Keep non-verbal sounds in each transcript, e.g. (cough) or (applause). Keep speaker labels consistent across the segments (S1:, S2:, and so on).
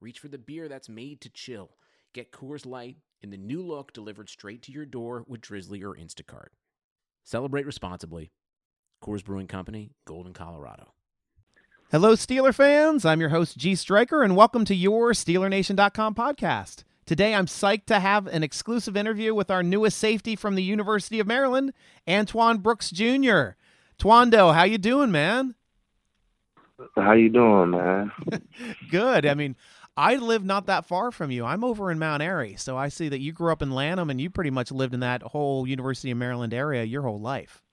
S1: reach for the beer that's made to chill. Get Coors Light in the new look delivered straight to your door with Drizzly or Instacart. Celebrate responsibly. Coors Brewing Company, Golden, Colorado.
S2: Hello, Steeler fans. I'm your host, G Stryker, and welcome to your SteelerNation.com podcast. Today, I'm psyched to have an exclusive interview with our newest safety from the University of Maryland, Antoine Brooks Jr. Twando, how you doing, man?
S3: How you doing, man?
S2: Good. I mean, I live not that far from you. I'm over in Mount Airy, so I see that you grew up in Lanham, and you pretty much lived in that whole University of Maryland area your whole life.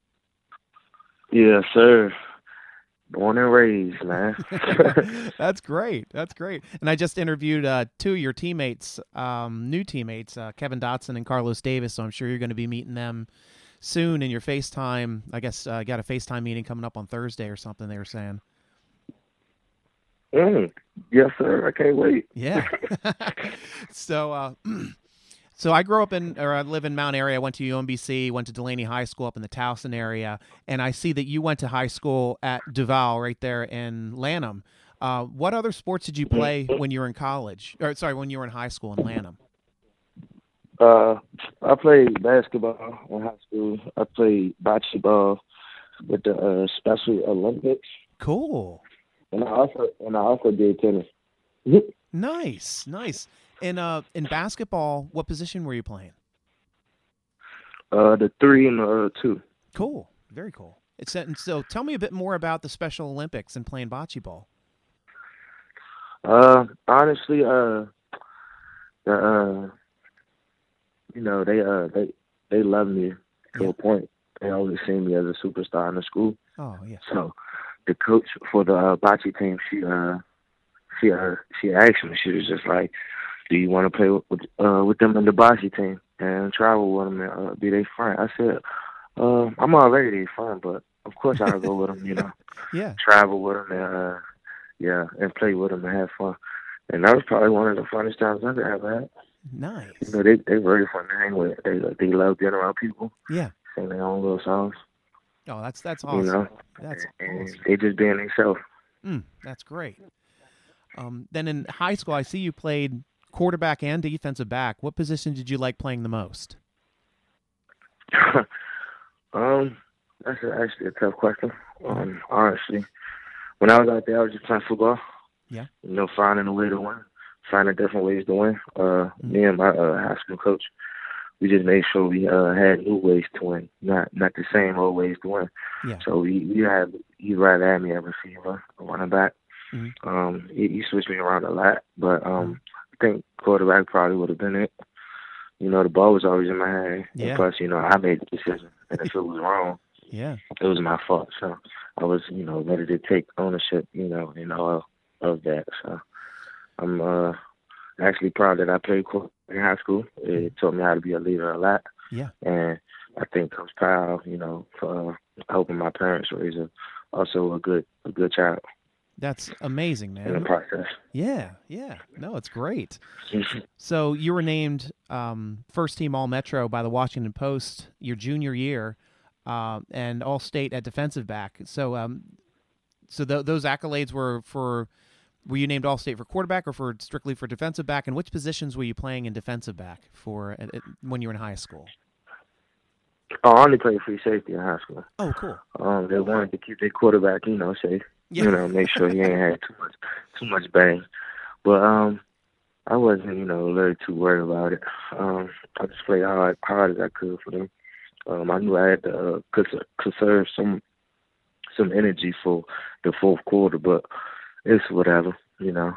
S3: yeah, sir. Born and raised, man.
S2: That's great. That's great. And I just interviewed uh, two of your teammates, um, new teammates, uh, Kevin Dotson and Carlos Davis. So I'm sure you're going to be meeting them soon in your FaceTime. I guess uh, got a FaceTime meeting coming up on Thursday or something. They were saying,
S3: mm, yes, sir. I can't wait.
S2: yeah. (laughs) so, uh, (clears throat) so I grew up in or I live in Mount Area. I went to UMBC, went to Delaney High School up in the Towson area, and I see that you went to high school at Duval right there in Lanham. Uh, what other sports did you play when you were in college? Or sorry, when you were in high school in Lanham?
S3: Uh, I played basketball in high school. I played bocce ball with the uh, Special Olympics,
S2: Cool.
S3: and I also and I also did tennis. (laughs)
S2: Nice, nice. And uh, in basketball, what position were you playing?
S3: Uh, the three and the uh, two.
S2: Cool, very cool. It's and so tell me a bit more about the Special Olympics and playing bocce ball.
S3: Uh, honestly, uh, the uh, you know they uh they they love me to
S2: Yeah.
S3: a point. They always see me as a superstar in the school.
S2: Oh yeah,
S3: So the coach for the uh, bocce team, she uh, she uh, she asked me. She was just like, "Do you want to play with with, uh, with them in the bocce team and travel with them and uh, be their friend?" I said, uh, "I'm already their friend, but of course I'll go with them. You know,
S2: yeah.
S3: travel with them and uh, yeah, and play with them and have fun." And that was probably one of the funnest times I've ever had.
S2: Nice.
S3: You know, they they very fun to hang with. They they love being around people,
S2: Yeah.
S3: sing their own little songs.
S2: Oh, that's that's
S3: You
S2: awesome.
S3: know,
S2: That's
S3: and
S2: awesome.
S3: they just being themselves. (laughs)
S2: Mm, that's great. Um, then in high school, I see you played quarterback and defensive back. What position did you like playing the most?
S3: um, that's a- actually a tough question. Um, honestly, when I was out there, I was just playing football.
S2: Yeah.
S3: You know, finding a way to win, finding different ways to win. Uh,
S2: Mm-hmm.
S3: me and my uh, high school coach, we just made sure we uh had new ways to win, not not the same old ways to win.
S2: Yeah.
S3: So we you have you rather have me at receiver, a running back.
S2: Mhm.
S3: Um, you, you switch me around a lot, but
S2: Mm-hmm.
S3: um, I think quarterback probably would have been it. You know, the ball was always in my hand.
S2: Yeah.
S3: And plus, you know, I made the decision, and if it was wrong,
S2: Yeah.
S3: it was my fault. So I was, you know, ready to take ownership, you know, and all of that. So I'm uh, actually proud that I played quarterback in high school. It taught me how to be a leader a lot.
S2: Yeah.
S3: And I think Coach Powell, you know, for uh, helping my parents raise a also a good a good child
S2: That's amazing,
S3: in the
S2: man.
S3: process. (laughs)
S2: Yeah, yeah. No, it's great. So you were named um, first team All Metro by the Washington Post your junior year, uh, and All State at defensive back. So, um, so th- those accolades were for were you named All State for quarterback or for strictly for defensive back? And which positions were you playing in defensive back for at, at, when you were in high school?
S3: I only played free safety in high school.
S2: Oh, cool.
S3: Um, they wanted to keep their quarterback, you know, safe. you know, make sure he ain't had too much too much bang. But um I wasn't, you know, really too worried about it. Um, I just played hard hard as I could for them. Um, I knew I had to uh, cons- conserve some some energy for the fourth quarter, but it's whatever, you know.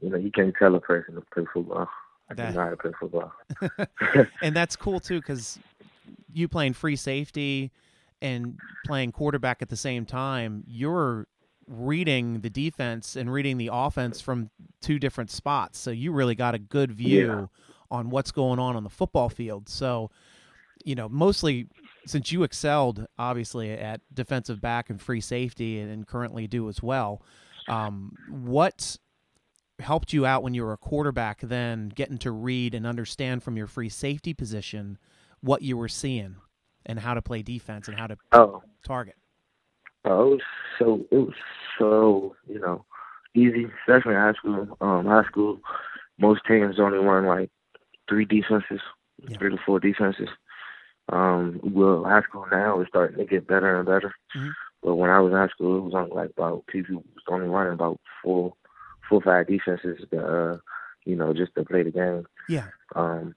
S3: You know, you can't tell a person to play football. I
S2: That-
S3: didn't know how to play football.
S2: and that's cool too because you playing free safety and playing quarterback at the same time you're reading the defense and reading the offense from two different spots. So you really got a good view
S3: Yeah.
S2: on what's going on on the football field. So, you know, mostly since you excelled obviously at defensive back and free safety and, and currently do as well, um, what helped you out when you were a quarterback then getting to read and understand from your free safety position what you were seeing and how to play defense and how to
S3: Oh,
S2: target?
S3: oh, it was so it was so you know easy. Especially in high school. Um, high school, most teams only run like three defenses,
S2: Yeah.
S3: three to four defenses. Um, well, high school now is starting to get better and better.
S2: Mhm.
S3: But when I was in high school, it was only like about people was only running about four, four or five defenses. To, uh, you know, just to play the game.
S2: Yeah.
S3: Um,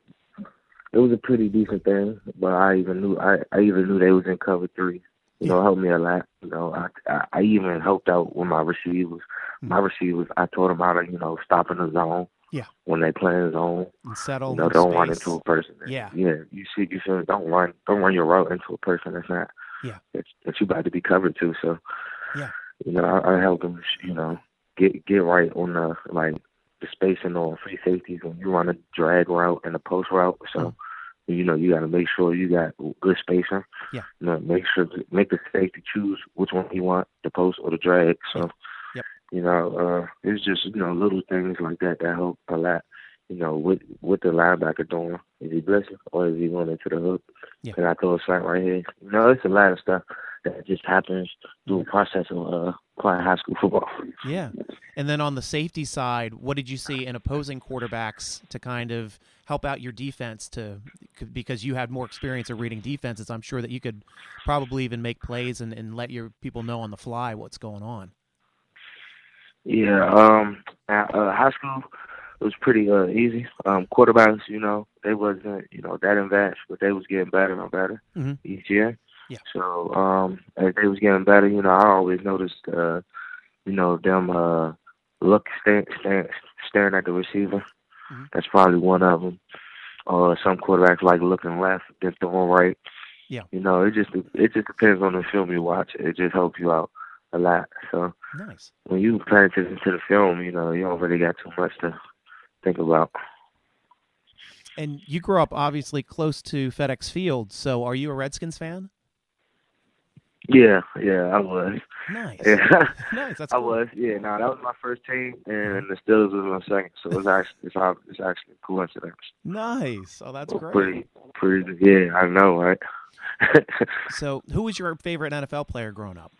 S3: it was a pretty decent thing, but I even knew I, I even knew they was in cover three. You know, it helped me a lot. You know, I I, I even helped out with my receivers. My receivers, I taught them how to you know stop in the zone.
S2: Yeah.
S3: When they play in the zone,
S2: and settle.
S3: you know,
S2: in
S3: don't run
S2: space.
S3: into a person.
S2: Yeah.
S3: Yeah. You see, you feel don't run, don't run your route into a person that's not.
S2: Yeah.
S3: That, that you about to be covered to. So.
S2: Yeah.
S3: You know, I, I help them. You know, get get right on the like the spacing on free safeties when you run a drag route and a post route. So.
S2: Mhm.
S3: You know, you got to make sure you got good spacing.
S2: Yeah.
S3: You know, make sure, make the safety choose which one he want, the post or the drag. So,
S2: Yep.
S3: you know, uh, it's just, you know, little things like that that help a lot you know, what what the linebacker doing. Is he blessing or is he going into the hook?
S2: Yeah.
S3: Can I throw a slant right here? You know, it's a lot of stuff that just happens through the process of uh, playing high school football.
S2: Yeah. And then on the safety side, what did you see in opposing quarterbacks to kind of help out your defense to because you had more experience of reading defenses, I'm sure that you could probably even make plays and, and let your people know on the fly what's going on.
S3: Yeah, um, at, uh, high school it was pretty uh, easy. Um, quarterbacks, you know, they wasn't, you know, that advanced, but they was getting better and better
S2: Mhm.
S3: each year.
S2: Yeah.
S3: So um, as they was getting better, you know, I always noticed, uh, you know, them uh, look stand, stand, staring at the receiver.
S2: Mhm.
S3: That's probably one of them. Or some quarterbacks like looking left, then throwing right.
S2: Yeah.
S3: You know, it just it just depends on the film you watch. It just helps you out a lot. So
S2: Nice.
S3: when you pay attention to the film, you know, you don't really got too much to think about.
S2: And you grew up obviously close to FedEx Field, so are you a Redskins fan?
S3: Yeah, yeah, I was. (laughs)
S2: Nice.
S3: Yeah.
S2: Nice. That's
S3: I
S2: cool.
S3: was, yeah. No, that was my first team, and the Steelers was my second. So it's actually it's, ob- it's actually a coincidence.
S2: Nice. Oh, that's great.
S3: Pretty, pretty. Yeah, I know, right? (laughs)
S2: So, who was your favorite NFL player growing up?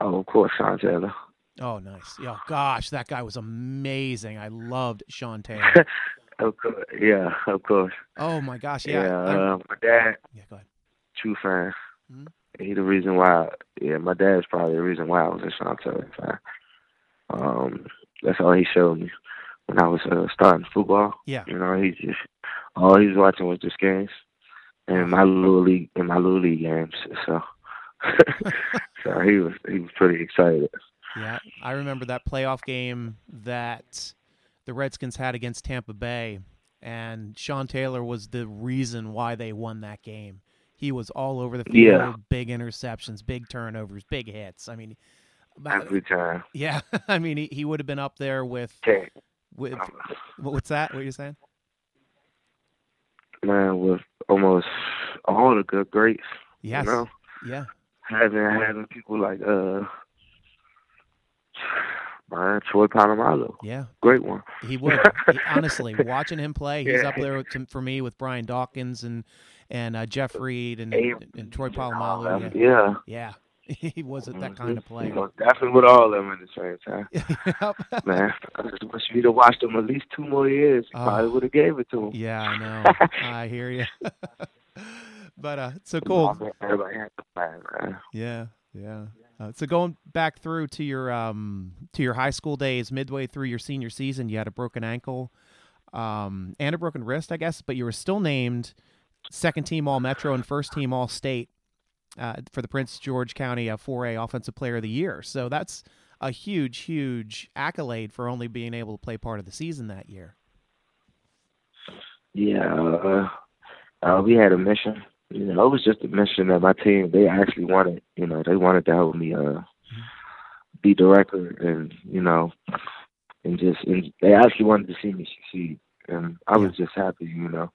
S3: oh, of course, Sean Taylor.
S2: Oh, nice. Yeah, gosh, that guy was amazing. I loved Sean Taylor.
S3: Of course, yeah, of course.
S2: oh my gosh, yeah.
S3: Yeah,
S2: I-
S3: uh, my dad,
S2: yeah, go ahead.
S3: true fan.
S2: Mhm.
S3: He the reason why. Yeah, my dad's probably the reason why I was a Sean Taylor fan. Um, that's all he showed me when I was uh, starting football.
S2: Yeah.
S3: You know, he just all he was watching was just games and my little league and my little league games. So, (laughs) so he was he was pretty excited.
S2: Yeah, I remember that playoff game that the Redskins had against Tampa Bay, and Sean Taylor was the reason why they won that game. He was all over the field,
S3: Yeah.
S2: big interceptions, big turnovers, big hits. I mean, about-
S3: Every time,
S2: yeah, (laughs) I mean, he, he would have been up there with,
S3: Can't-
S2: with what- what's that? What you're saying?
S3: man, with almost all the good greats.
S2: Yes.
S3: You know,
S2: Yeah.
S3: having having people like uh, Brian Troy Polamalu,
S2: Yeah.
S3: great one.
S2: He would He- honestly watching him play. He's
S3: Yeah.
S2: up there with, to, for me with Brian Dawkins and and uh, Jeff Reed and,
S3: Abe.
S2: and, Troy
S3: Um,
S2: Polamalu.
S3: yeah.
S2: Yeah, (laughs) yeah. he was a- that kind of
S3: You
S2: player.
S3: know, definitely with all of them at the same
S2: (laughs)
S3: time.
S2: Yep.
S3: Man, I just wish you'd have watched them at least two more years. You
S2: Oh.
S3: Probably would have gave it to them.
S2: yeah, I know. I hear you. (laughs) but uh, so cool.
S3: Everybody had to play, man.
S2: Yeah, yeah. Uh, so going back through to your um to your high school days, midway through your senior season, you had a broken ankle, um, and a broken wrist, I guess, but you were still named second team All Metro and first team All State uh, for the Prince George County uh, 4A Offensive Player of the Year. So that's a huge, huge accolade for only being able to play part of the season that year.
S3: Yeah, uh, uh, we had a mission. You know, it was just a mission that my team they actually wanted. You know, they wanted to help me uh, beat the record, and you know, and just and they actually wanted to see me succeed, and I was just happy, you know.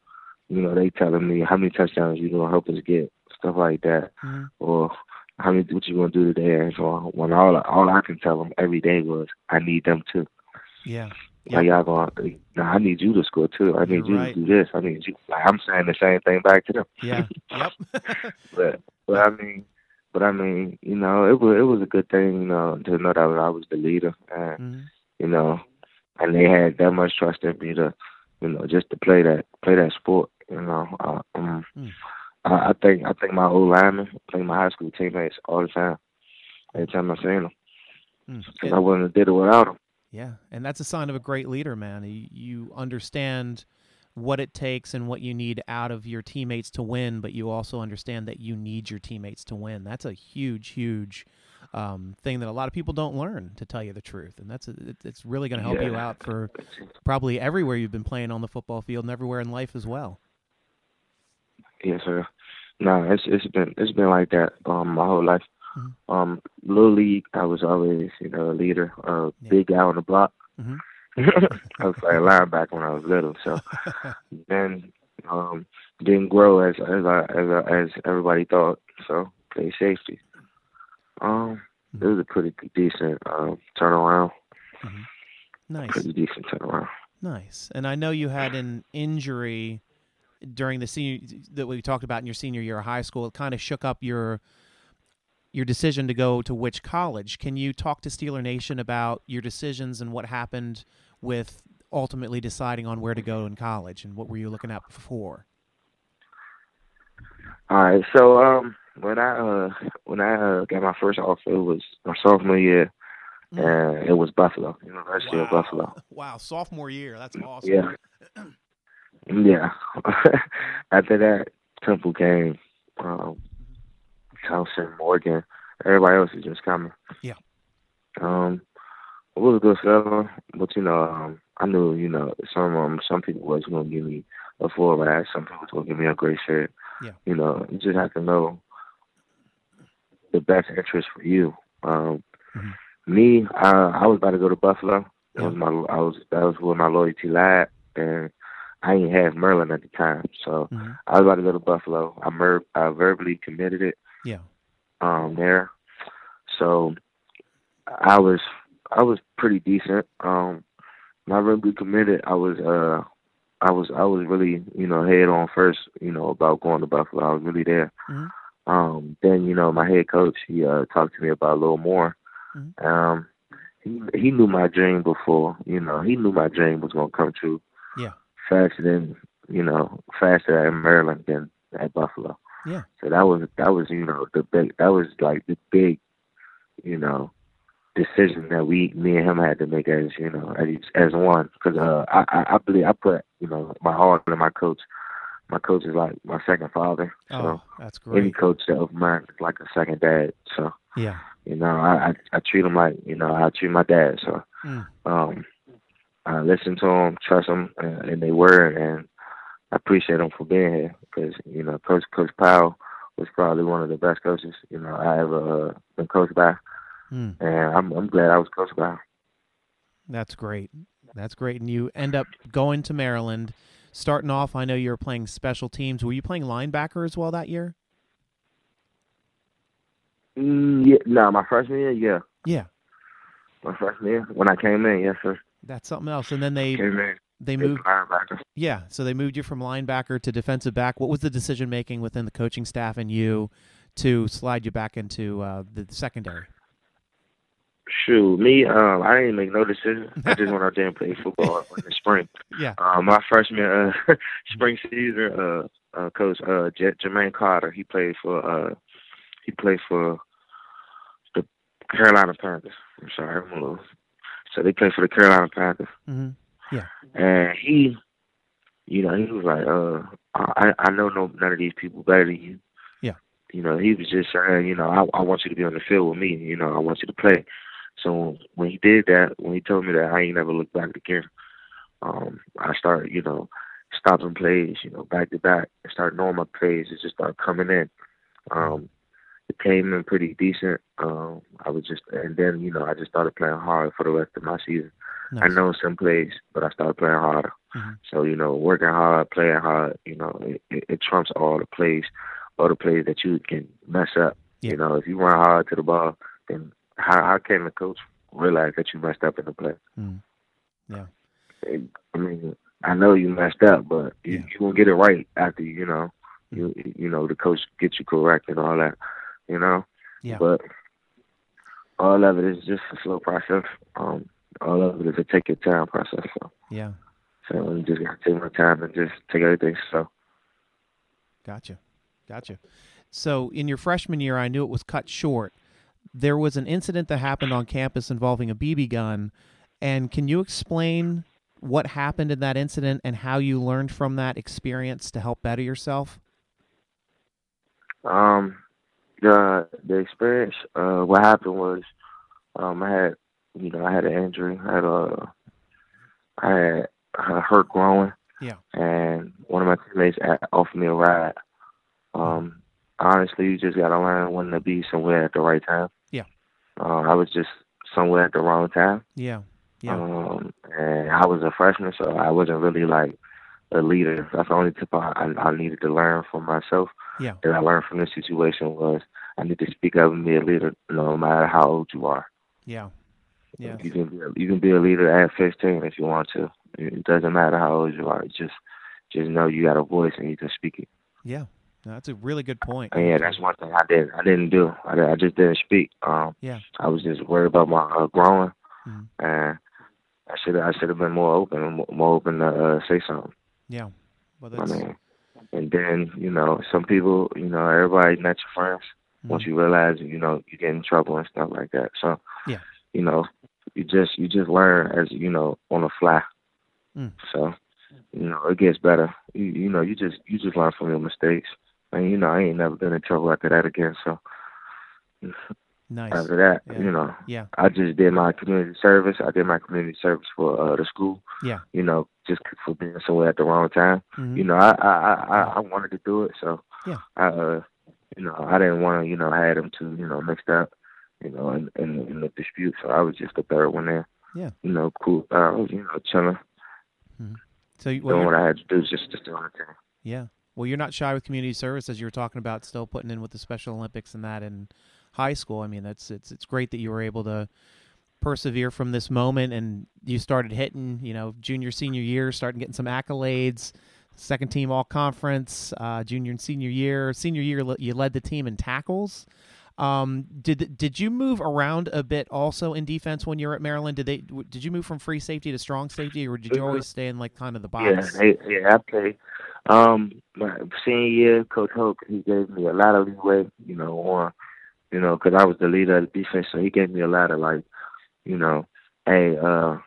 S3: You know, they telling me how many touchdowns you gonna help us get, stuff like that,
S2: Mhm.
S3: or how many what you gonna do today, and so on. When all all I can tell them every day was, I need them too.
S2: Yeah.
S3: Like y'all going, nah, I need you to score too. I need
S2: You're
S3: you
S2: right.
S3: to do this. I need you. Like I'm saying the same thing back to them.
S2: Yeah. yep. (laughs)
S3: But but I mean, but I mean, you know, it was it was a good thing, you know, to know that I was the leader, and
S2: Mhm.
S3: you know, and they had that much trust in me to, you know, just to play that play that sport. You know, uh, um,
S2: Mm.
S3: I, I think I think my old linemen, I think my high school teammates all the time. Every time I see them,
S2: Mm.
S3: because I wouldn't have did it without them.
S2: Yeah, and that's a sign of a great leader, man. You, you understand what it takes and what you need out of your teammates to win, but you also understand that you need your teammates to win. That's a huge, huge um, thing that a lot of people don't learn, to tell you the truth. And that's a, it, it's really going to help you
S3: Yeah.
S2: out for probably everywhere you've been playing on the football field and everywhere in life as well.
S3: Yes, sir. No, it's it's been it's been like that um my whole life.
S2: Mhm.
S3: Um, little league, I was always you know a leader, a
S2: Yeah.
S3: big guy on the block.
S2: Mhm.
S3: (laughs) I was like a linebacker when I was little,
S2: (laughs)
S3: so then um didn't grow as as I, as I, as everybody thought. So play safety. Um, it
S2: Mm-hmm.
S3: was a pretty decent um turnaround,
S2: Nice.
S3: pretty decent turnaround.
S2: Nice. And I know you had an injury during the senior that we talked about in your senior year of high school. It kind of shook up your your decision to go to which college. Can you talk to Steeler Nation about your decisions and what happened with ultimately deciding on where to go in college and what were you looking at before?
S3: All right, so um, when I uh when I uh, got my first offer, it was my sophomore year, and it was Buffalo, University of Buffalo.
S2: Wow, sophomore year. That's awesome.
S3: Yeah, yeah. (laughs) After that, Temple came, um, Towson, Morgan, everybody else is just coming.
S2: Yeah.
S3: Um, it was a good seller, but you know, um, I knew you know some um some people was gonna give me a full ride, some people was gonna give me a great shirt.
S2: Yeah.
S3: You know, you just have to know the best interest for you. Um,
S2: Mhm.
S3: me, uh, I was about to go to Buffalo. That
S2: Yeah.
S3: was my I was that was where my loyalty lied, and I ain't have Merlin at the time, so
S2: Mhm.
S3: I was about to go to Buffalo. I mer- I verbally committed it
S2: Yeah.
S3: um there. So I was I was pretty decent. Um not really committed. I was uh I was I was really, you know, head on first, you know, about going to Buffalo. I was really there.
S2: Mhm.
S3: Um then, you know, my head coach, he uh talked to me about a little more.
S2: Mhm.
S3: Um he he knew my dream before, you know, he knew my dream was gonna come true.
S2: Yeah.
S3: Faster than you know, faster at Maryland than at Buffalo. So that was that was you know the big that was like the big you know decision that we me and him had to make as you know as as one because uh, I I I believe I put you know my heart into my coach. My coach is like my second father.
S2: Oh,
S3: So
S2: that's
S3: any
S2: great.
S3: coach that of mine is like a second dad. So
S2: Yeah.
S3: you know I I, I treat him like you know I treat my dad. So
S2: Mm.
S3: um I listen to him, trust him, and, and they were and I appreciate him for being here because you know Coach Coach Powell was probably one of the best coaches you know I ever uh, been coached by,
S2: Mm.
S3: and I'm I'm glad I was coached by. him.
S2: That's great. That's great. And you end
S3: (laughs)
S2: up going to Maryland. Starting off, I know you were playing special teams. Were you playing linebacker as well that year?
S3: Mm, yeah, no, my freshman year, yeah,
S2: Yeah,
S3: my freshman year when I came in, yes sir,
S2: that's something else. And then they
S3: came in,
S2: they
S3: they
S2: moved.
S3: linebacker.
S2: Yeah, so they moved you from linebacker to defensive back. What was the decision making within the coaching staff and you to slide you back into uh, the secondary?
S3: Shoot, me, um, I didn't make no decision. I just went out there and played football in the spring.
S2: Yeah.
S3: Uh, my freshman uh, (laughs) spring season, uh, uh, coach uh, J- Jermaine Carter, he played for uh, he played for the Carolina Panthers. I'm sorry, I'm a little. So they played for the Carolina Panthers,
S2: hmm
S3: and he, you know, he was like, uh, I I know no none of these people better than you.
S2: Yeah.
S3: You know, he was just saying, you know, I I want you to be on the field with me. You know, I want you to play. So when he did that, when he told me that, I ain't never looked back again um, I started, you know, stopping plays, you know, back to back. I started knowing my plays and just started coming in. Um, it came in pretty decent. Um, I was just, and then you know, I just started playing hard for the rest of my season.
S2: Nice.
S3: I know some plays, but I started playing harder.
S2: Mhm.
S3: So you know, working hard, playing hard, you know, it, it, it trumps all the plays, all the plays that you can mess up.
S2: Yeah.
S3: You know, if you run hard to the ball, then how how can the coach realize that you messed up in the play?
S2: Mm. Yeah.
S3: It- I mean, I know you messed up, but you,
S2: Yeah. Mm.
S3: you won't get it right after you know, you you know, the coach gets you correct and all that, you know.
S2: Yeah.
S3: But all of it is just a slow process. Um, all of it is a take your time process. So.
S2: Yeah.
S3: So I just gotta take my time and just take everything slow.
S2: Gotcha. Gotcha. So in your freshman year, I knew it was cut short. There was an incident that happened on campus involving a BB gun. And can you explain what happened in that incident and how you learned from that experience to help better yourself?
S3: Um, the the experience, uh, what happened was, um, I had, you know, I had an injury. I had a, I had a hurt growing.
S2: Yeah.
S3: And one of my teammates a- offered me a ride. Um, honestly, you just gotta learn when to be somewhere at the right time.
S2: Yeah.
S3: Uh, I was just somewhere at the wrong time.
S2: Yeah. Yeah.
S3: Um, and I was a freshman, so I wasn't really like a leader. That's the only tip I, I, I needed to learn for myself.
S2: Yeah.
S3: That I learned from this situation was I need to speak up and be a leader, no matter how old you are.
S2: Yeah. Yeah.
S3: You can be a, you can be a leader at 15 if you want to. It doesn't matter how old you are. It's Just just know you got a voice and you can speak it.
S2: Yeah. No, that's a really good point.
S3: And yeah, that's one thing I didn't I didn't do. I, di- I just didn't speak. Um,
S2: Yeah.
S3: I was just worried about my uh, growing,
S2: Mhm.
S3: and I should I should have been more open, more- more open to uh, say something.
S2: Yeah. Well,
S3: I
S2: that's,
S3: mean, and then you know, some people, you know, everybody not your friends. Once
S2: Mhm.
S3: you realize, you know, you get in trouble and stuff like that. So,
S2: Yeah.
S3: you know, you just you just learn as you know on the fly.
S2: Mm.
S3: So, you know, it gets better. You, you know, you just you just learn from your mistakes. And you know, I ain't never been in trouble after that again. So
S2: nice.
S3: after that,
S2: Yeah.
S3: you know,
S2: Yeah.
S3: I just did my community service. I did my community service for uh, the school.
S2: Yeah.
S3: You know, just for being somewhere at the wrong time
S2: Mhm.
S3: you know, I I I, I- I wanted to do it, so
S2: Yeah.
S3: I uh, you know, I didn't want to, you know, have them too, you know, mixed up, you know, in, in in the dispute. So I was just the third one there.
S2: Yeah.
S3: You know, cool. I was, you know, chilling,
S2: So, you, well,
S3: doing
S2: you're-
S3: what I had to do, just to stay on the team.
S2: yeah. Well, you're not shy with community service, as you were talking about, still putting in with the Special Olympics and that in high school. I mean, that's it's it's great that you were able to persevere from this moment and you started hitting. You know, junior senior year, starting getting some accolades. Second team all conference, uh, junior and senior year. Senior year, le- you led the team in tackles. Um, did did you move around a bit also in defense when you were at Maryland? Did they w- did you move from free safety to strong safety, or did you
S3: Uh,
S2: always stay in like kind of the
S3: Yeah,
S2: box?
S3: they, yeah, I played. Um, my senior year, Coach Hope, he gave me a lot of leeway, you know, on, you know, 'cause I was the leader of the defense, so he gave me a lot of like, you know, hey, uh,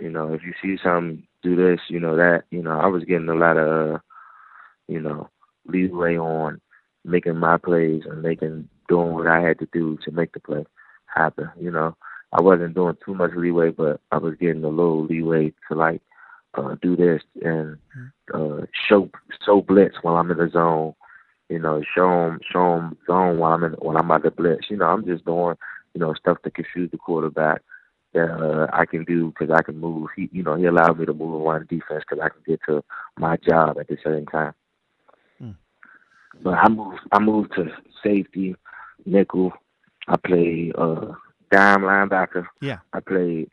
S3: you know, if you see something, do this, you know, that, you know, I was getting a lot of, uh, you know, leeway on making my plays and making doing what I had to do to make the play happen. You know, I wasn't doing too much leeway, but I was getting a little leeway to like uh, do this and uh, show show blitz while I'm in the zone. You know, show 'em show 'em zone while I'm in when I'm out the blitz. You know, I'm just doing you know stuff to confuse the quarterback that uh, I can do because I can move. He you know he allowed me to move around the defense because I can get to my job at the same time.
S2: Mm.
S3: But I moved I moved to safety, nickel. I played uh, dime linebacker.
S2: Yeah.
S3: I played.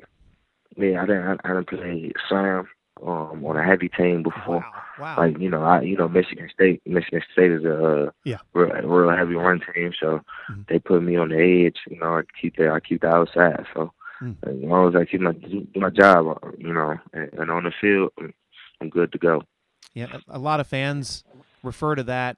S3: Yeah, I didn't. I, I didn't play Sam um, on a heavy team before.
S2: Wow! Wow!
S3: Like you know, I you know Michigan State. Michigan State is a uh,
S2: Yeah.
S3: real, real heavy run team, so
S2: Mhm.
S3: they put me on the edge. You know, I keep the I keep the outside. So
S2: Mm.
S3: as long as I keep my do my job, uh, you know, and, and on the field, I'm good to go. (laughs)
S2: Yeah, a a lot of fans refer to that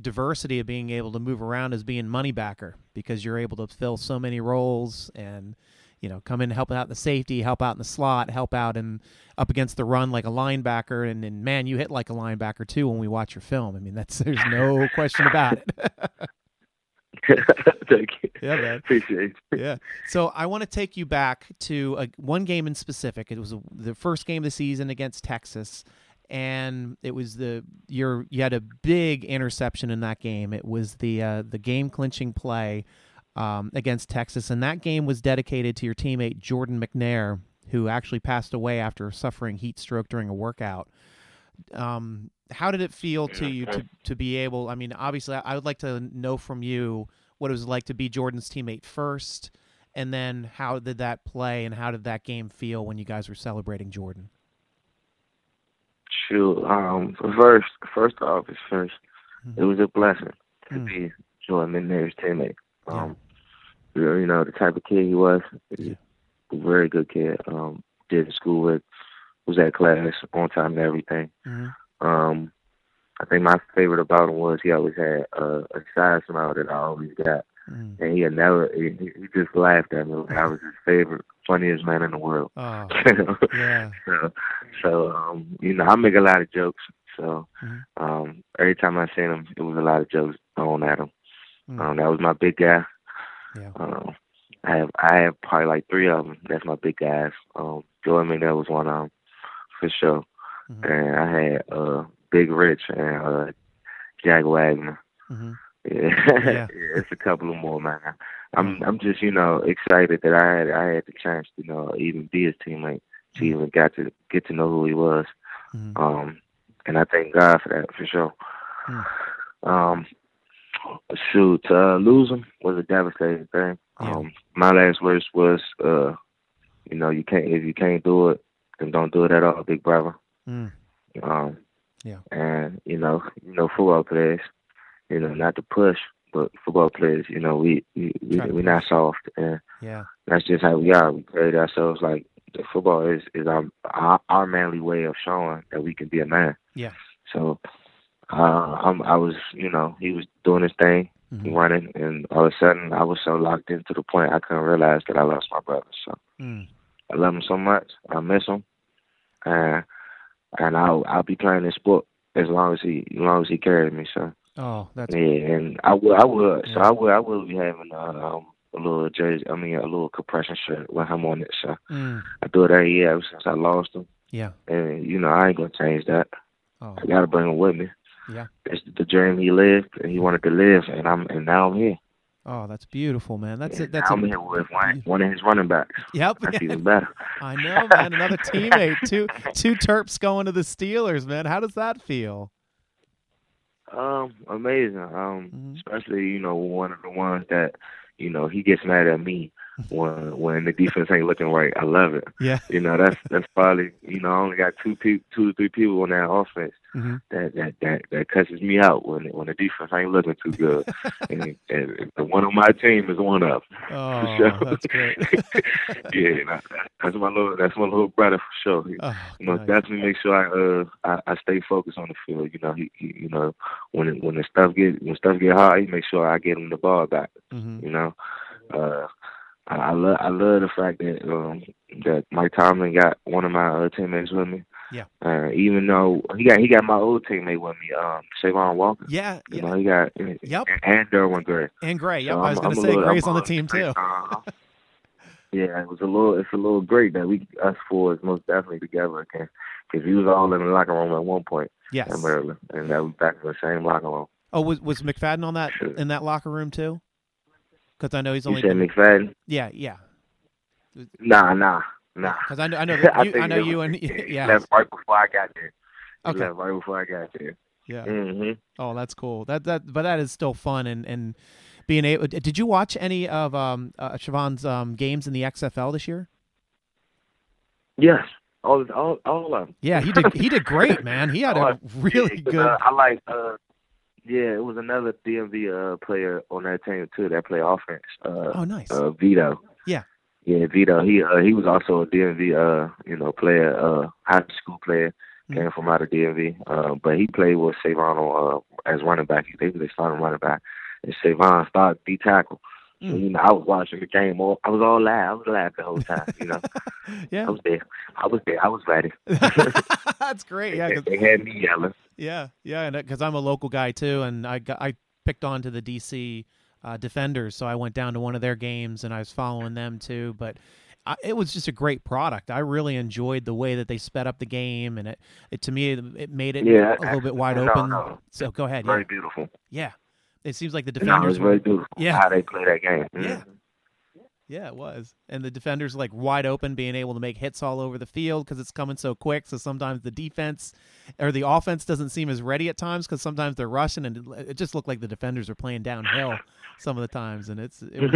S2: diversity of being able to move around as being money backer because you're able to fill so many roles and you know come in help out in the safety, help out in the slot, help out and up against the run like a linebacker, and, and man, you hit like a linebacker too when we watch your film. I mean, that's there's no question about it.
S3: Thank
S2: (laughs)
S3: you.
S2: Yeah, man.
S3: Appreciate you.
S2: yeah. So I want to take you back to a, one game in specific. It was the first game of the season against Texas, and it was the your you had a big interception in that game. It was the uh, the game clinching play um, against Texas, and that game was dedicated to your teammate Jordan McNair, who actually passed away after suffering heat stroke during a workout. Um, how did it feel to you to, to be able? I mean, obviously, I would like to know from you what it was like to be Jordan's teammate first, and then how did that play and how did that game feel when you guys were celebrating Jordan?
S3: Shoot, um, first, first off, it's 1st mm-hmm. It was a blessing to
S2: Mm.
S3: be Jordan McNair's teammate. Um, you know- you know the type of kid he was.
S2: Yeah.
S3: A very good kid. Um, did the school with, was at class on time and everything.
S2: Mhm.
S3: Um, I think my favorite about him was he always had a, a side smile that I always got,
S2: Mm.
S3: and he had never he, he he just laughed at me. I was his favorite, funniest man in the world. (laughs)
S2: Oh,
S3: so,
S2: yeah.
S3: so um, you know, I make a lot of jokes. So
S2: Mhm.
S3: um, every time I seen him, it was a lot of jokes thrown at him.
S2: Mm.
S3: Um, that was my big guy.
S2: Yeah.
S3: Um, I have I have probably like three of them. That's my big guys. Um, Joey McNeil was one of them for sure
S2: Mhm.
S3: and I had uh Big Rich and uh Jack Wagner. (laughs)
S2: Mhm.
S3: Yeah.
S2: Yeah.
S3: (laughs) yeah, it's a couple of more man. I'm I'm just you know excited that I had I had the chance to you know even be his teammate to even got to get to know who he was.
S2: Mhm.
S3: Um, and I thank God for that for sure.
S2: Hmm.
S3: Um, shoot, uh, lose him was a devastating thing.
S2: Yeah.
S3: Um, my last words was, uh, you know, you can't if you can't do it, then don't do it at all, big brother.
S2: Mm.
S3: Um,
S2: Yeah.
S3: And you know, you know, football players, you know, not to push, but football players, you know, we we we
S2: Try to
S3: we're not soft, and
S2: Yeah.
S3: that's just how we are. We grade ourselves like the football is is our, our our manly way of showing that we can be a man.
S2: Yeah.
S3: So, uh, I'm I was you know he was doing his thing
S2: Mhm.
S3: running, and all of a sudden I was so locked in to the point I couldn't realize that I lost my brother. So.
S2: Mm.
S3: I love him so much. I miss him, and and I'll I'll be playing this sport as long as he as long as he carries me. So
S2: Oh, that's
S3: yeah, and I will I will so
S2: Yeah.
S3: I will I will be having uh, um a little jersey. I mean a little compression shirt with him on it. So
S2: Mm.
S3: I do it every year ever since I lost him,
S2: Yeah.
S3: and you know I ain't gonna change that.
S2: Oh.
S3: I gotta bring him with me.
S2: Yeah.
S3: It's the dream he lived, and he wanted to live, and I'm and now I'm here.
S2: Oh, that's beautiful, man. That's it.
S3: And
S2: That's a-
S3: I'm
S2: (laughs)
S3: here with one, one of his running backs.
S2: Yep.
S3: That's even better.
S2: I know, man. Another teammate. Two two Terps going to the Steelers, man. How does that feel?
S3: Um, amazing. Um,
S2: Mhm.
S3: especially you know one of the ones that you know he gets mad at me when when the defense ain't looking right. I love it.
S2: Yeah.
S3: You know that's that's probably you know I only got two people, two to three people on that offense
S2: Mhm.
S3: that that that that cusses me out when when the defense ain't looking too good, and, and the one on my team is one of.
S2: (laughs)
S3: 'em.
S2: Oh,
S3: sure.
S2: that's great.
S3: (laughs)
S2: (laughs)
S3: yeah, and I, that's my little that's my little brother for sure.
S2: Oh,
S3: You know,
S2: nice.
S3: definitely make sure I uh I, I stay focused on the field. You know, he, he you know when it, when the stuff get when stuff get hard, he make sure I get him the ball back.
S2: Mhm.
S3: You know, uh, I, I love I love the fact that um that Mike Tomlin got one of my uh, teammates with me.
S2: Yeah.
S3: Uh, even though he got he got my old teammate with me, um, Savon Walker.
S2: Yeah,
S3: You
S2: yeah.
S3: know, he got
S2: Yep.
S3: and, and Derwin Gray.
S2: And Gray. Yep.
S3: So
S2: I was going to
S3: I'm- I'm a
S2: say
S3: little-
S2: Gray's
S3: I'm
S2: on the
S3: a-
S2: team too.
S3: Uh-huh. yeah, it was a little. It's a little great that we us four is most definitely together again because we was all in the locker room at one point
S2: Yes.
S3: in Maryland, and that was back in the same locker room.
S2: Oh, was was McFadden on that
S3: Sure.
S2: in that locker room too? Because I know he's
S3: You
S2: only.
S3: said McFadden?
S2: yeah, yeah.
S3: Nah, nah, nah.
S2: Because I know I
S3: (laughs)
S2: know that you, I,
S3: think
S2: know
S3: it was-
S2: you and (laughs)
S3: it
S2: yeah.
S3: Left right before I got there. It
S2: Okay.
S3: Left right before I got there.
S2: Yeah.
S3: hmm
S2: Oh, that's cool. That that but that is still fun and and being able. Did you watch any of um uh, Siobhan's um games in the XFL this year?
S3: Yes. All, all, all of them.
S2: Yeah, he did. He did great, man. He had
S3: (laughs)
S2: a (laughs) really
S3: Yeah, 'cause,
S2: good.
S3: Oh, Uh, I like. Uh, yeah, it was another DMV uh, player on that team too that played offense. Uh,
S2: Oh, nice.
S3: uh, Vito.
S2: Yeah.
S3: Yeah, Vito. He uh, he was also a DMV uh you know player uh high school player
S2: Mm-hmm.
S3: came from out of DMV uh but he played with Savon uh as running back. They they started running back and Savon started D tackle. So,
S2: Mm.
S3: You know, I was watching the game. All, I was all live. I was live the whole time. You know, I
S2: Yeah,
S3: was there. I was there. I was ready.
S2: that's great. (laughs) Yeah,
S3: They- (laughs)
S2: 'cause-
S3: they had me yelling.
S2: yeah, yeah. Because I'm a local guy too, and I got, I picked on to the DC uh, defenders, so I went down to one of their games and I was following them too. But I, it was just a great product. I really enjoyed the way that they sped up the game, and it, it to me it made it
S3: Yeah,
S2: a little bit wide
S3: no,
S2: open.
S3: no.
S2: So go ahead,
S3: Very
S2: yeah,
S3: beautiful.
S2: yeah. It seems like the
S3: No, it was
S2: defenders were
S3: very beautiful
S2: Yeah.
S3: how they play that game. Mm.
S2: Yeah. Yeah, it was. And the defenders like wide open, being able to make hits all over the field because it's coming so quick. So sometimes the defense or the offense doesn't seem as ready at times because sometimes they're rushing, and it- it just looked like the defenders are playing downhill some of the times. And it's it was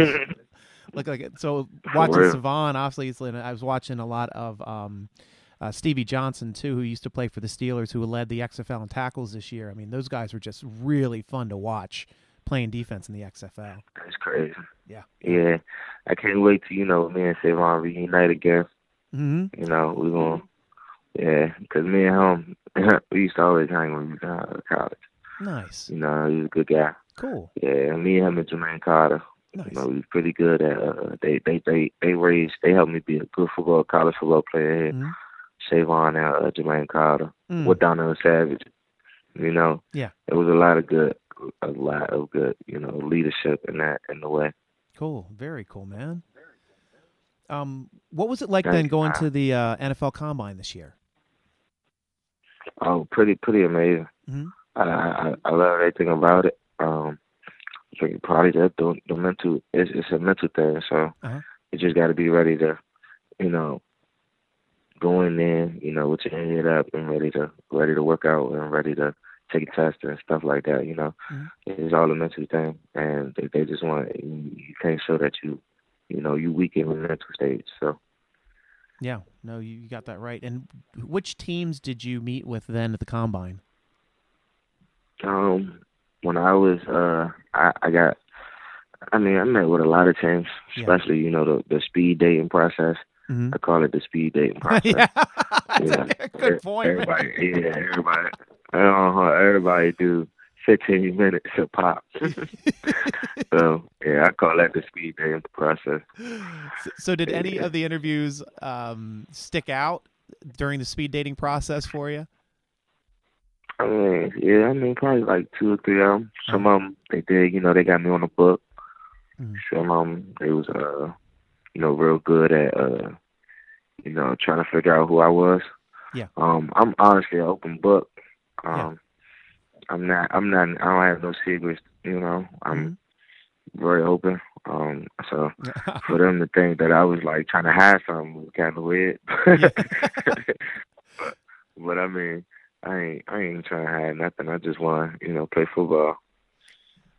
S2: looked like it. So watching
S3: real.
S2: Savon, obviously, and I was watching a lot of um, uh, Stevie Johnson too, who used to play for the Steelers, who led the XFL in tackles this year. I mean, those guys were just really fun to watch playing defense in the XFL.
S3: That's crazy.
S2: Yeah.
S3: Yeah. I can't wait to, you know, me and Savon reunite again.
S2: hmm
S3: You know, we going to, yeah, because me and him, (laughs) we used to always hang when we was out of college.
S2: Nice,
S3: You know, he was a good guy.
S2: cool,
S3: Yeah, me and him and Jermaine Carter.
S2: nice.
S3: You know, we was pretty good at uh, they they they they raised they helped me be a good football college football player.
S2: Mhm.
S3: Here. Shavon and uh, Jermaine Carter
S2: Mm.
S3: with Donnell Savage. You know,
S2: Yeah.
S3: it was a lot of good, a lot of good, you know, leadership in that in the way.
S2: Cool, very cool, man. Um, what was it like
S3: Thank
S2: then
S3: you.
S2: going to the uh, NFL Combine this year?
S3: Oh, pretty pretty amazing.
S2: Mhm.
S3: I, I I love everything about it. Um, I think probably that the, the mental it's, it's a mental thing, so
S2: Uh-huh.
S3: you just got to be ready to, you know, go in there, you know, with your head up and ready to ready to work out and ready to take a test and stuff like that. You know,
S2: Mhm.
S3: it's all a mental thing, and they, they just want you, you can't show that you, you know, you weak in the mental stage. So
S2: Yeah, no, you, you got that right. And which teams did you meet with then at the Combine?
S3: Um, when I was uh, I, I got, I mean, I met with a lot of teams,
S2: Yeah.
S3: especially you know the the speed dating process. (laughs)
S2: hmm
S3: I call it the speed dating
S2: (laughs)
S3: process.
S2: yeah, that's
S3: Yeah.
S2: a good point. man.
S3: Everybody, yeah, everybody, uh, everybody do fifteen minutes a pop. (laughs) so yeah, I call that the speed dating process.
S2: So, so did any of the interviews um, stick out during the speed dating process for you?
S3: I mean, yeah, I mean, probably like two or three of them. Some
S2: Uh-huh.
S3: of them they did, you know, they got me on the book.
S2: Mhm.
S3: Some of them they was, uh, you know, real good at, uh, you know, trying to figure out who I was.
S2: Yeah.
S3: Um, I'm honestly an open book. Um,
S2: Yeah.
S3: I'm not, I'm not, I don't have no secrets. You know, I'm
S2: Mm-hmm.
S3: very open. Um, so for them to think that I was like trying to hide something was kind of (laughs) weird.
S2: Yeah.
S3: but, (laughs) but I mean, I ain't I ain't trying to hide nothing. I just want to you know play football.
S2: (laughs)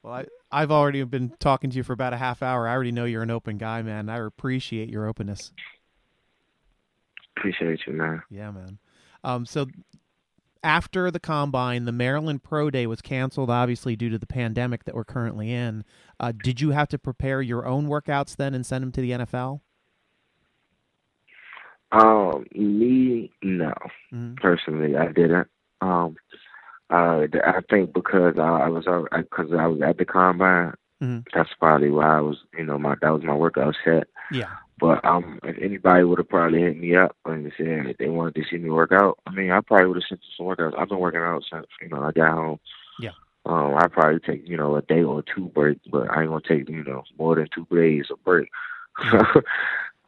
S2: Well, I, I've already been talking to you for about a half hour. I already know you're an open guy, man. I appreciate your openness.
S3: Appreciate you, man.
S2: Yeah, man. Um, so after the combine, the Maryland Pro Day was canceled, obviously due to the pandemic that we're currently in. Uh, did you have to prepare your own workouts then and send them to the NFL?
S3: Um, me no,
S2: Mhm.
S3: personally I didn't. Um, uh, th- I think because I, I was because I was at the combine.
S2: Mhm.
S3: That's probably why I was you know my that was my workout set.
S2: Yeah,
S3: But um, if anybody would have probably hit me up and said that they wanted to see me work out, I mean, I probably would have sent you some workouts. I've been working out since you know I got home.
S2: Yeah.
S3: Um, I probably take you know a day or two break, but I ain't gonna take you know more than two days a break. (laughs)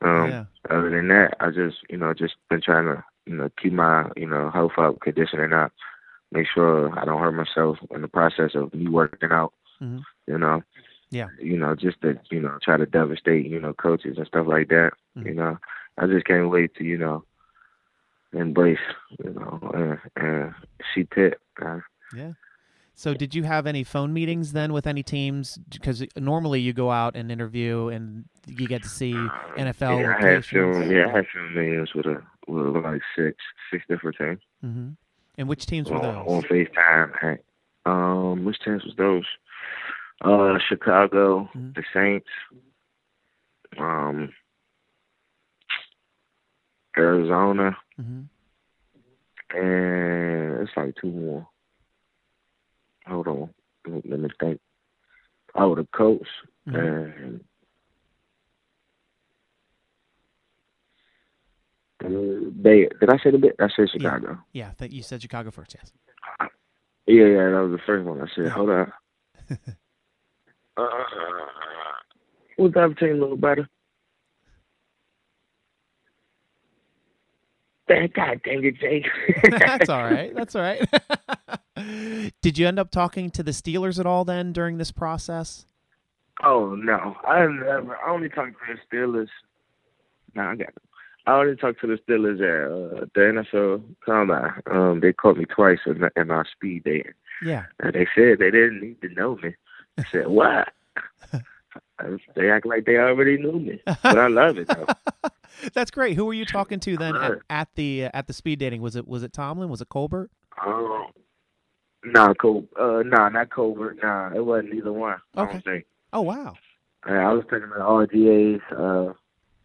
S3: um,
S2: yeah,
S3: other than that, I just you know just been trying to you know keep my you know health up, conditioning up, make sure I don't hurt myself in the process of me working out.
S2: Mhm.
S3: You know.
S2: Yeah.
S3: You know, just to you know try to devastate you know coaches and stuff like that.
S2: Mhm.
S3: You know, I just can't wait to you know embrace you know and, and see pit. Uh,
S2: yeah. So did you have any phone meetings then with any teams? Because normally you go out and interview and you get to see NFL
S3: uh, yeah, I had
S2: locations.
S3: some yeah I had some meetings with a with like six six different teams.
S2: hmm And which teams were
S3: on,
S2: those?
S3: Uh, on FaceTime. Hey, um, which teams was those? Uh, Chicago,
S2: Mhm.
S3: the Saints, um, Arizona,
S2: hmm
S3: and it's like two more. Hold on, let me- let me think. Oh, the Colts
S2: Mhm.
S3: and. Uh, They did I say the bit? I said Chicago.
S2: Yeah, that you said Chicago first. Yes.
S3: Yeah, yeah, that was the first one. I said, hold up. uh, what's the other team, little brother? Thank God, dang it, Jake. (laughs)
S2: That's all right. That's all right. (laughs) Did you end up talking to the Steelers at all then during this process?
S3: Oh no, I never. I only talked to the Steelers. No, I got. Them. I only talked to the Steelers at uh, the NFL Combine. Um, they called me twice in, the, in our speed dating.
S2: Yeah.
S3: And they said they didn't need to know me. I said what? (laughs) they act like they already knew me, but I love it
S2: (laughs)
S3: though.
S2: (laughs) That's great. Who were you talking to then at, at the uh, at the speed dating? Was it was it Tomlin? Was it Colbert?
S3: Um, nah, Col- uh, nah, not Colbert. Nah, it wasn't either one. I
S2: Okay.
S3: don't think.
S2: Oh wow.
S3: Uh, I was talking about all GAs. Uh,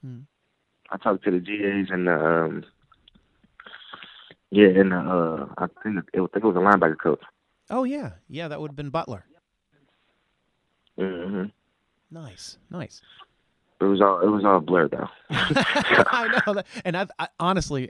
S2: Hmm.
S3: I talked to the GAs and the, um, yeah, and the, uh, I think it, I think it was a linebacker coach.
S2: Oh yeah. Yeah, that would have been Butler. Mm-hmm.
S3: hmm
S2: Nice. Nice. (laughs)
S3: It was all it was all blurred though.
S2: I know that, and I, I honestly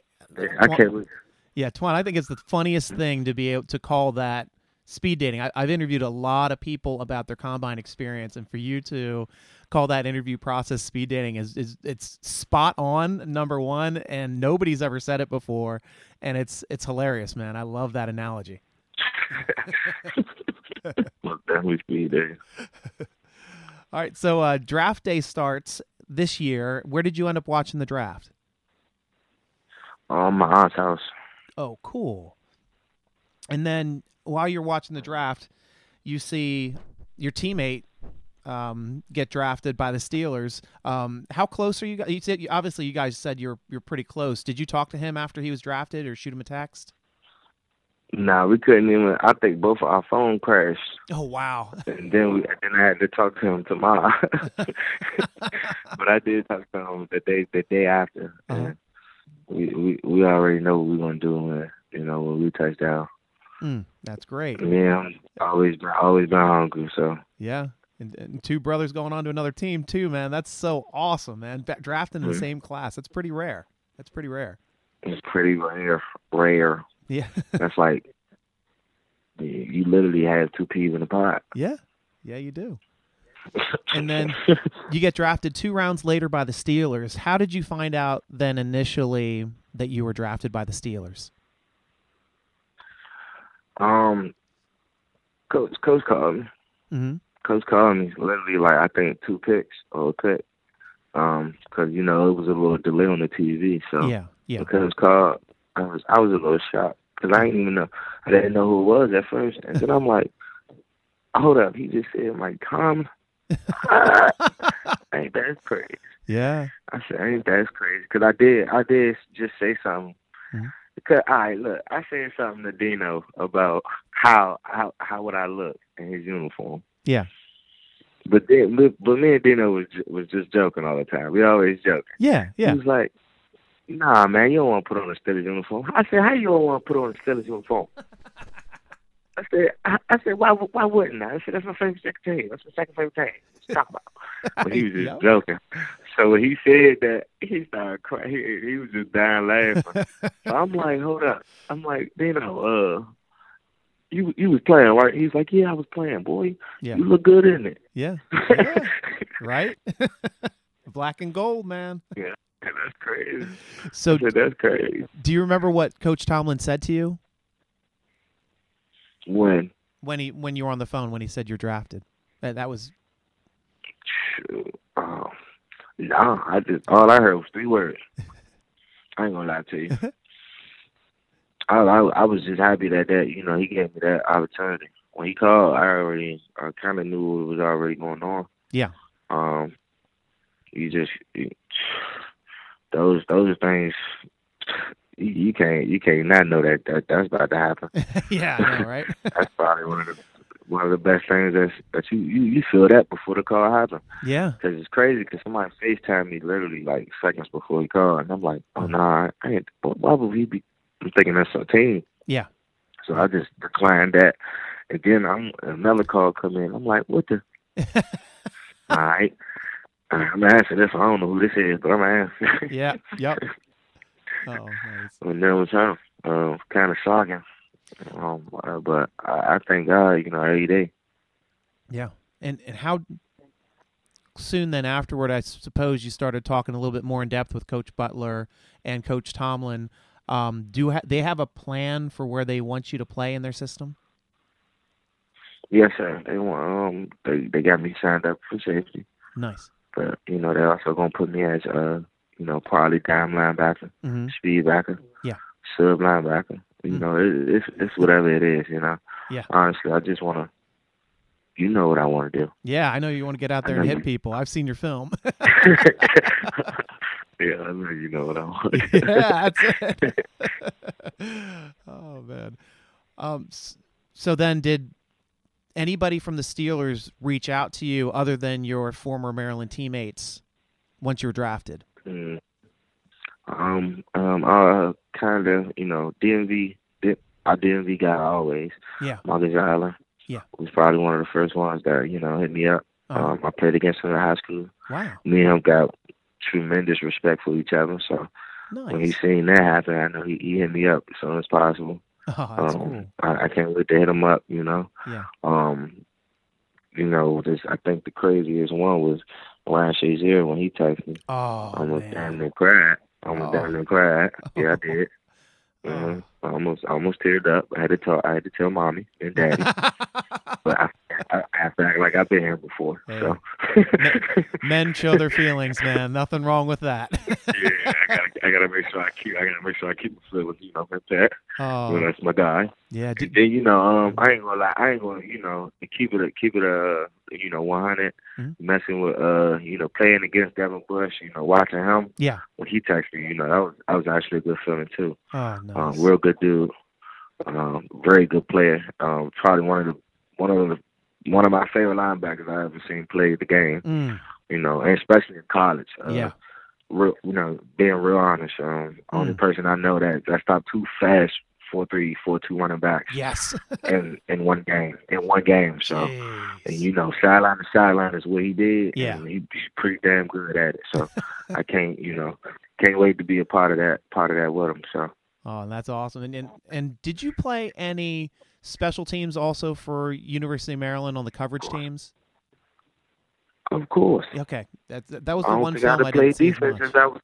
S3: I can't. believe-
S2: Yeah, Twan, I think it's the funniest thing to be able to call that speed dating. I, I've interviewed a lot of people about their combine experience, and for you to call that interview process speed dating is, is it's spot on number one, and nobody's ever said it before, and it's it's hilarious, man. I love that analogy.
S3: Look, that was me there.
S2: All right, so uh, draft day starts this year. Where did you end up watching the draft?
S3: On my aunt's house.
S2: Oh, cool. And then while you're watching the draft, you see your teammate um, get drafted by the Steelers. Um, how close are you guys? You said obviously you guys said you're you're pretty close. Did you talk to him after he was drafted or shoot him a text?
S3: Nah, we couldn't even. I think both of our phone crashed,
S2: Oh wow. (laughs)
S3: and then we and I had to talk to him tomorrow. (laughs) but I did talk to him the day the day after.
S2: Uh-huh.
S3: And we we we already know what we're gonna do when you know when we touch down.
S2: Mm, that's great.
S3: Yeah, I'm always been always been hungry. So
S2: Yeah. And, and two brothers going on to another team too, man. That's so awesome, man. Ba- drafting in the
S3: Mhm.
S2: same class. That's pretty rare. That's pretty rare. (laughs)
S3: it's pretty rare. Rare.
S2: Yeah.
S3: That's like you- you literally have two peas in a pot.
S2: Yeah. Yeah, you do. And then you get drafted two rounds later by the Steelers. How did you find out then initially that you were drafted by the Steelers?
S3: um, coach coach called me.
S2: Mm-hmm.
S3: Coach called me literally like I think two picks or a pick. Um, 'cause you know it was a little delay on the TV, so
S2: Yeah, yeah.
S3: because it's called. I was I was a little shocked because I didn't even know I didn't know who it was at first, and then I'm like, hold up, he just said my (laughs) com. ain't that crazy?
S2: Yeah.
S3: I said ain't that crazy? Because I did I did just say something.
S2: Mhm.
S3: Because all right, look, I said something to Dino about how how how would I look in his uniform.
S2: Yeah.
S3: But then, but, but me and Dino was ju- was just joking all the time. We always joke.
S2: Yeah, yeah.
S3: He was like, Nah, man, you don't want to put on a Steelers uniform. I said, How you don't want to put on a
S2: (laughs)
S3: Steelers uniform? I said, I, I said, why, wou- why wouldn't I? I said, that's my favorite second team. That's my second favorite team. Let's talk about. it." But he was just
S2: Yep.
S3: joking. So when he said that, he started crying. He, he was just
S2: (laughs)
S3: dying laughing. so I'm like, hold up. I'm like, Dino, uh, you you was playing, right? He's like, yeah, I was playing, boy.
S2: Yeah.
S3: You look good in it. (laughs)
S2: Yeah. Yeah. Right? (laughs) Black and gold, man.
S3: that's crazy. I
S2: So
S3: said, that's crazy.
S2: do you remember what Coach Tomlin said to you
S3: When?
S2: when he when you were on the phone when he said you're drafted? That, that was (laughs)
S3: Shoot. Um, nah, I just all I heard was three words. I ain't gonna lie to you. I, I I was just happy that that you know he gave me that opportunity. When he called, I already I kind of knew what was already going on.
S2: Yeah.
S3: Um, you just you, those those things you, you can't you can't not know that, that that's about to happen.
S2: Yeah, I know, right?
S3: that's probably one of the one of the best things that's that you you, you feel that before the call happens.
S2: yeah.
S3: Cause it's crazy. Cause somebody Facetime me literally like seconds before he called, and I'm like, oh
S2: Mm-hmm.
S3: no, nah, I ain't. wh- Why would he be? I'm thinking that's a team.
S2: Yeah.
S3: So I just declined that. And then I'm another call come in. I'm like,
S2: (laughs)
S3: what the? All right. All right, I'm gonna answer this. I don't know who this is, but I'm gonna answer.
S2: Yeah. Yep. Oh, nice.
S3: (laughs) and then it was him. Um, kind of shocking. Um, uh, but I, I thank God, you know, every day.
S2: Yeah. And and how soon then afterward I suppose you started talking a little bit more in depth with coach Butler and coach Tomlin Um, do ha- they have a plan for where they want you to play in their system?
S3: Yes, sir. They want um they they got me signed up for safety,
S2: Nice.
S3: but you know they're also gonna put me as uh you know probably dime linebacker,
S2: hmm
S3: speed backer,
S2: Yeah.
S3: sub linebacker. You
S2: Mm.
S3: know it, it's it's whatever it is. You know.
S2: Yeah.
S3: Honestly, I just wanna. You know what I want
S2: (laughs)
S3: to do.
S2: Yeah, I know you want to get out there and hit people. I've seen your film.
S3: yeah, I know you know what I want.
S2: (laughs) yeah, that's it. (laughs) oh man. Um, s- so then, did anybody from the Steelers reach out to you other than your former Maryland teammates once you were drafted?
S3: Mm. Um, um, uh, kind of, you know, DMV, di- our DMV guy always,
S2: Yeah.
S3: Marcus Island.
S2: Yeah.
S3: Was probably one of the first ones that, you know, hit me up.
S2: Oh,
S3: Um, I played against him in high school.
S2: wow.
S3: Me and him got tremendous respect for each other. So when he
S2: Nice.
S3: seen that happen, I know he, he hit me up as soon as possible.
S2: (laughs) Oh, that's
S3: um,
S2: cool.
S3: I, I can't wait to hit him up, you know.
S2: Yeah.
S3: Um, you know, this, I think the craziest one was Ryan Shazier when he texted me.
S2: Oh,
S3: almost damn
S2: man.
S3: near cried. Almost
S2: Oh.
S3: damn near cried. Yeah,
S2: (laughs)
S3: I did. hmm
S2: Oh.
S3: I almost almost teared up. I had to tell I had to tell mommy
S2: (laughs)
S3: and daddy, but I, I, I have to act like I've been here before.
S2: Hey.
S3: So
S2: Men show their feelings,
S3: (laughs)
S2: man. Nothing wrong with that.
S3: yeah, I gotta I gotta make sure I keep I gotta make sure I keep my feelings, you know, intact. You know,
S2: (laughs) oh,
S3: that's my guy.
S2: yeah.
S3: And
S2: Did,
S3: then you know, um, I ain't gonna lie, I ain't gonna, you know, keep it, keep it, uh, you know, one
S2: Mhm.
S3: Messing with, uh, you know, playing against Devin Bush, you know, watching him
S2: yeah.
S3: when he texted me, you know, that was that was actually a good feeling too.
S2: Oh,
S3: Um,
S2: nice.
S3: real good dude. Um, very good player. Um, probably one of the one of the one of my favorite linebackers I ever seen play the game.
S2: Mm,
S3: You know, and especially in college. Uh,
S2: yeah.
S3: Real, you know, being real honest. Um, only
S2: Mm.
S3: person I know that that stopped two fast four three four two
S2: (laughs)
S3: running backs
S2: Yes.
S3: in in one game in one game. (laughs) So. And
S2: Jeez.
S3: you know, sideline to sideline is what he did.
S2: Yeah.
S3: and he, he's pretty damn good at it.
S2: (laughs)
S3: So I can't, you know, can't wait to be a part of that part of that with him. So
S2: Oh, that's awesome. And, and and did you play any special teams also for University of Maryland on the coverage teams?
S3: of course.
S2: Okay, that that was
S3: I
S2: the
S3: don't
S2: one
S3: think I'd
S2: film
S3: have
S2: I
S3: played
S2: didn't see as
S3: defense
S2: much. (laughs)
S3: if I was.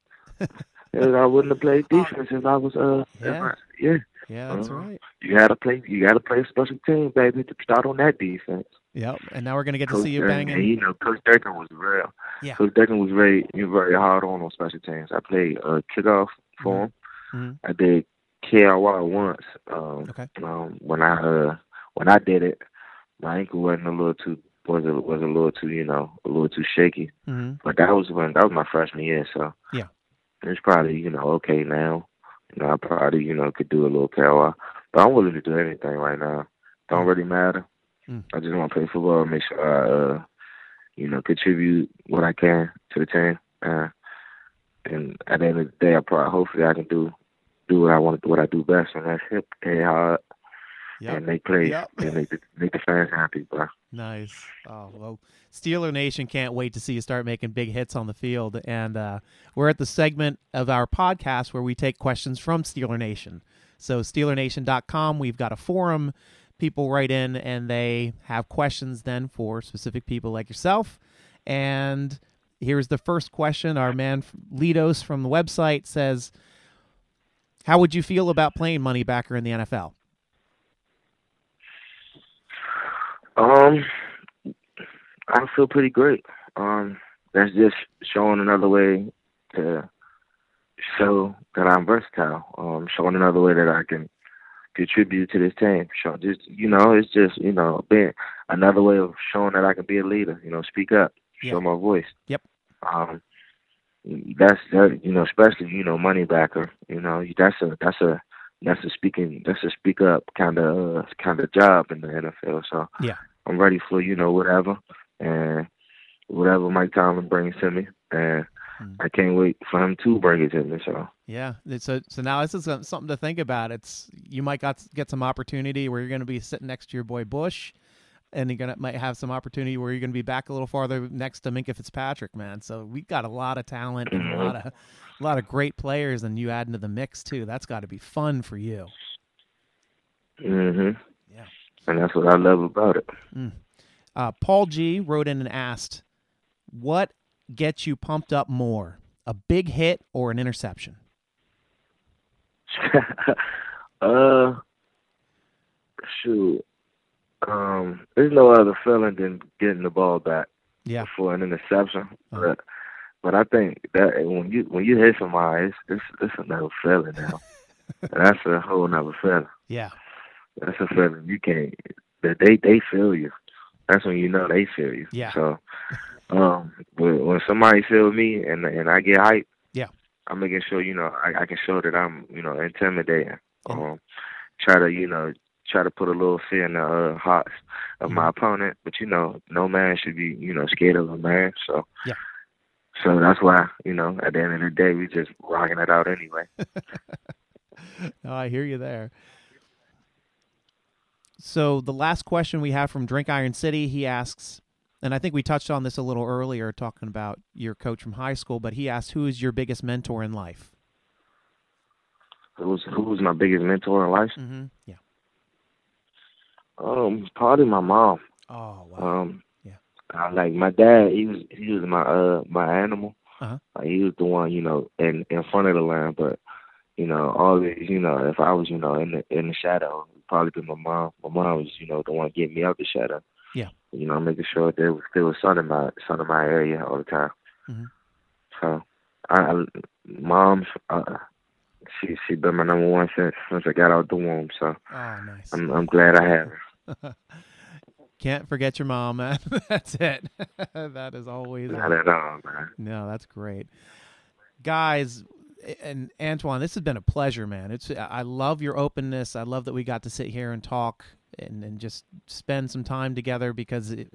S3: if I wouldn't have played
S2: Oh.
S3: defense if I was uh. if
S2: Yeah.
S3: I- yeah.
S2: Yeah, that's
S3: Uh-huh.
S2: right.
S3: You gotta play. You gotta play a special team, baby, to start on that defense.
S2: Yep. And now we're gonna get to
S3: Coach
S2: see you
S3: Durkin,
S2: banging.
S3: you know, Coach Durkin was real.
S2: Yeah.
S3: Coach Durkin was very, he was very hard on on special teams. I played uh, kickoff
S2: Mm-hmm.
S3: for him.
S2: Mhm.
S3: I did KRY once. Um,
S2: Okay.
S3: um, when I uh, when I did it, my ankle wasn't a little too was a, was a little too you know a little too shaky.
S2: hmm
S3: But that was when that was my freshman year, so
S2: Yeah.
S3: it's probably you know okay now. You know, I probably you know could do a little power, but I'm willing to do anything right now. Don't really matter.
S2: Mm.
S3: I just want to play football, and make sure I, uh, you know, contribute what I can to the team. Uh, and at the end of the day, I probably hopefully I can do do what I want to what I do best, and that's hip, play hard,
S2: Yep.
S3: and make plays,
S2: Yep.
S3: and make the make the fans happy, bro.
S2: Nice. Oh well, Steeler Nation can't wait to see you start making big hits on the field. And uh, we're at the segment of our podcast where we take questions from Steeler Nation. So SteelerNation.com, we've got a forum. People write in and they have questions then for specific people like yourself. And here's the first question. Our man Lidos from the website says, "How would you feel about playing money backer in the NFL?"
S3: Um, I feel pretty great. Um, that's just showing another way to show that I'm versatile. Um, showing another way that I can contribute to this team. Show just you know, it's just you know, being another way of showing that I can be a leader. You know, speak up,
S2: Yeah.
S3: show my voice.
S2: Yep.
S3: Um, that's that. You know, especially you know, money backer. You know, that's a that's a that's a speaking that's a speak up kind of uh, kind of job in the NFL. So
S2: Yeah.
S3: I'm ready for you know whatever and whatever Mike Tomlin brings to me, and
S2: Mm.
S3: I can't wait for him to bring it to me. So
S2: Yeah. It's So so now this is some- something to think about. It's you might got get some opportunity where you're going to be sitting next to your boy Bush, and you're gonna might have some opportunity where you're going to be back a little farther next to Minka Fitzpatrick, man. So we got a lot of talent and a lot of a lot of great players, and you add into the mix too. That's got to be fun for you.
S3: hmm
S2: Yeah.
S3: and that's what I love about it. (laughs)
S2: Uh, Paul G wrote in and asked, "What gets you pumped up more, a big hit or an interception?"
S3: uh, shoot. Um, there's no other feeling than getting the ball back
S2: Yeah.
S3: for an interception.
S2: Uh-huh.
S3: But, but I think that when you when you hit somebody, it's it's, it's another feeling
S2: (laughs)
S3: now. That's a whole nother feeling.
S2: Yeah.
S3: That's a feeling you can't. That they they feel you. That's when you know they feel you.
S2: Yeah.
S3: So, um, but when somebody feels me and and I get hyped,
S2: Yeah.
S3: I'm making sure you know I, I can show that I'm you know intimidating.
S2: And-
S3: Um, try to you know try to put a little fear in the uh, hearts of
S2: Mm-hmm.
S3: my opponent, but you know no man should be you know scared of a man. So
S2: Yeah.
S3: So that's why you know at the end of the day we just rocking it out anyway.
S2: No, Oh, I hear you there. So the last question we have from Drink Iron City, he asks, and I think we touched on this a little earlier, talking about your coach from high school, but he asked, who is your biggest mentor in life?
S3: Who's who's my biggest mentor in life?
S2: Mm-hmm. Yeah.
S3: Um, probably my mom.
S2: Oh wow.
S3: Um,
S2: Yeah.
S3: I, like my dad, he was he was my uh my animal.
S2: Uh-huh.
S3: Like, he was the one, you know, in in front of the line, but you know, always, you know, if I was, you know, in the in the shadow, it'd probably be my mom. My mom was, you know, the one getting me out the shadow.
S2: Yeah.
S3: You know, making sure there was still a sun in my sun in my area all the time.
S2: Mhm.
S3: So, I, I mom, uh, she she been my number one since since I got out the womb. So
S2: oh nice.
S3: I'm I'm glad I have her.
S2: Can't forget your mom. man. (laughs) that's it. that is always.
S3: Not at all, man.
S2: No, that's great, guys. And Antoine, this has been a pleasure, man. It's I love your openness. I love that we got to sit here and talk and, and just spend some time together because it,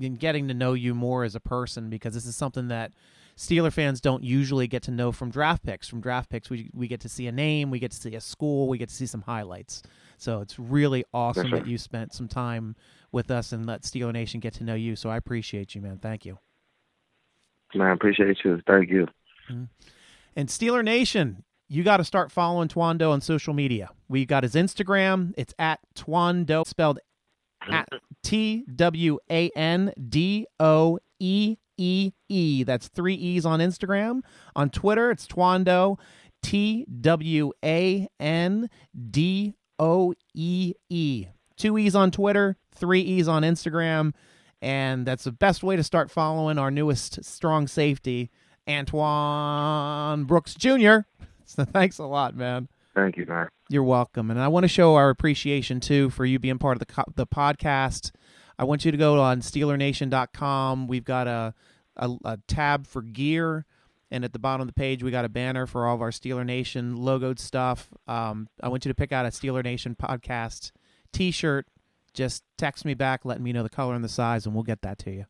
S2: in getting to know you more as a person because this is something that Steeler fans don't usually get to know from draft picks. From draft picks, we we get to see a name, we get to see a school, we get to see some highlights. So it's really awesome
S3: sir.
S2: that you spent some time with us and let Steeler Nation get to know you. So I appreciate you, man. Thank you.
S3: Man, I appreciate you. Thank you.
S2: And Steeler Nation, you got to start following Twando on social media. We got his Instagram. It's at Twando, spelled at T W A N D O E E E. That's three E's on Instagram. On Twitter, it's Twando, T W A N D O E E. Two E's on Twitter, three E's on Instagram. And that's the best way to start following our newest strong safety, Antoine Brooks Jr. (laughs) So thanks a lot, man.
S3: Thank you, man.
S2: You're welcome. And I want to show our appreciation too for you being part of the co- the podcast. I want you to go on SteelerNation.com. We've got a, a a tab for gear, and at the bottom of the page we got a banner for all of our Steeler Nation logoed stuff. Um, I want you to pick out a Steeler Nation podcast T-shirt. Just text me back, letting me know the color and the size, and we'll get that to you.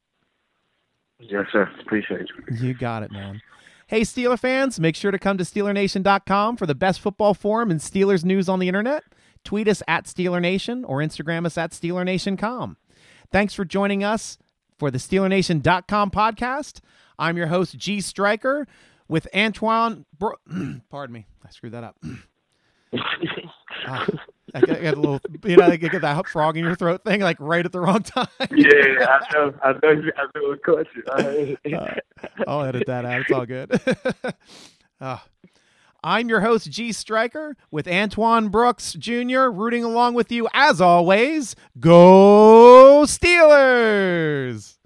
S3: Yes, sir. Appreciate you.
S2: You got it, man. Hey, Steeler fans, make sure to come to SteelerNation.com for the best football forum and Steelers news on the internet. Tweet us at Steeler Nation or Instagram us at SteelerNation.com. Thanks for joining us for the SteelerNation.com podcast. I'm your host, G. Stryker, with Antoine. Bro- (clears throat) Pardon me, I screwed that up. (clears throat) Ah, I got I got a little, you know, I get that frog in your throat thing like right at the wrong (laughs) time.
S3: Yeah, I know. I know. you- I know. Of course. (laughs) you-
S2: Uh, I'll edit that out. It's all good. (laughs) Ah. I'm your host, G. Stryker, with Antoine Brooks Jr., rooting along with you as always. Go Steelers!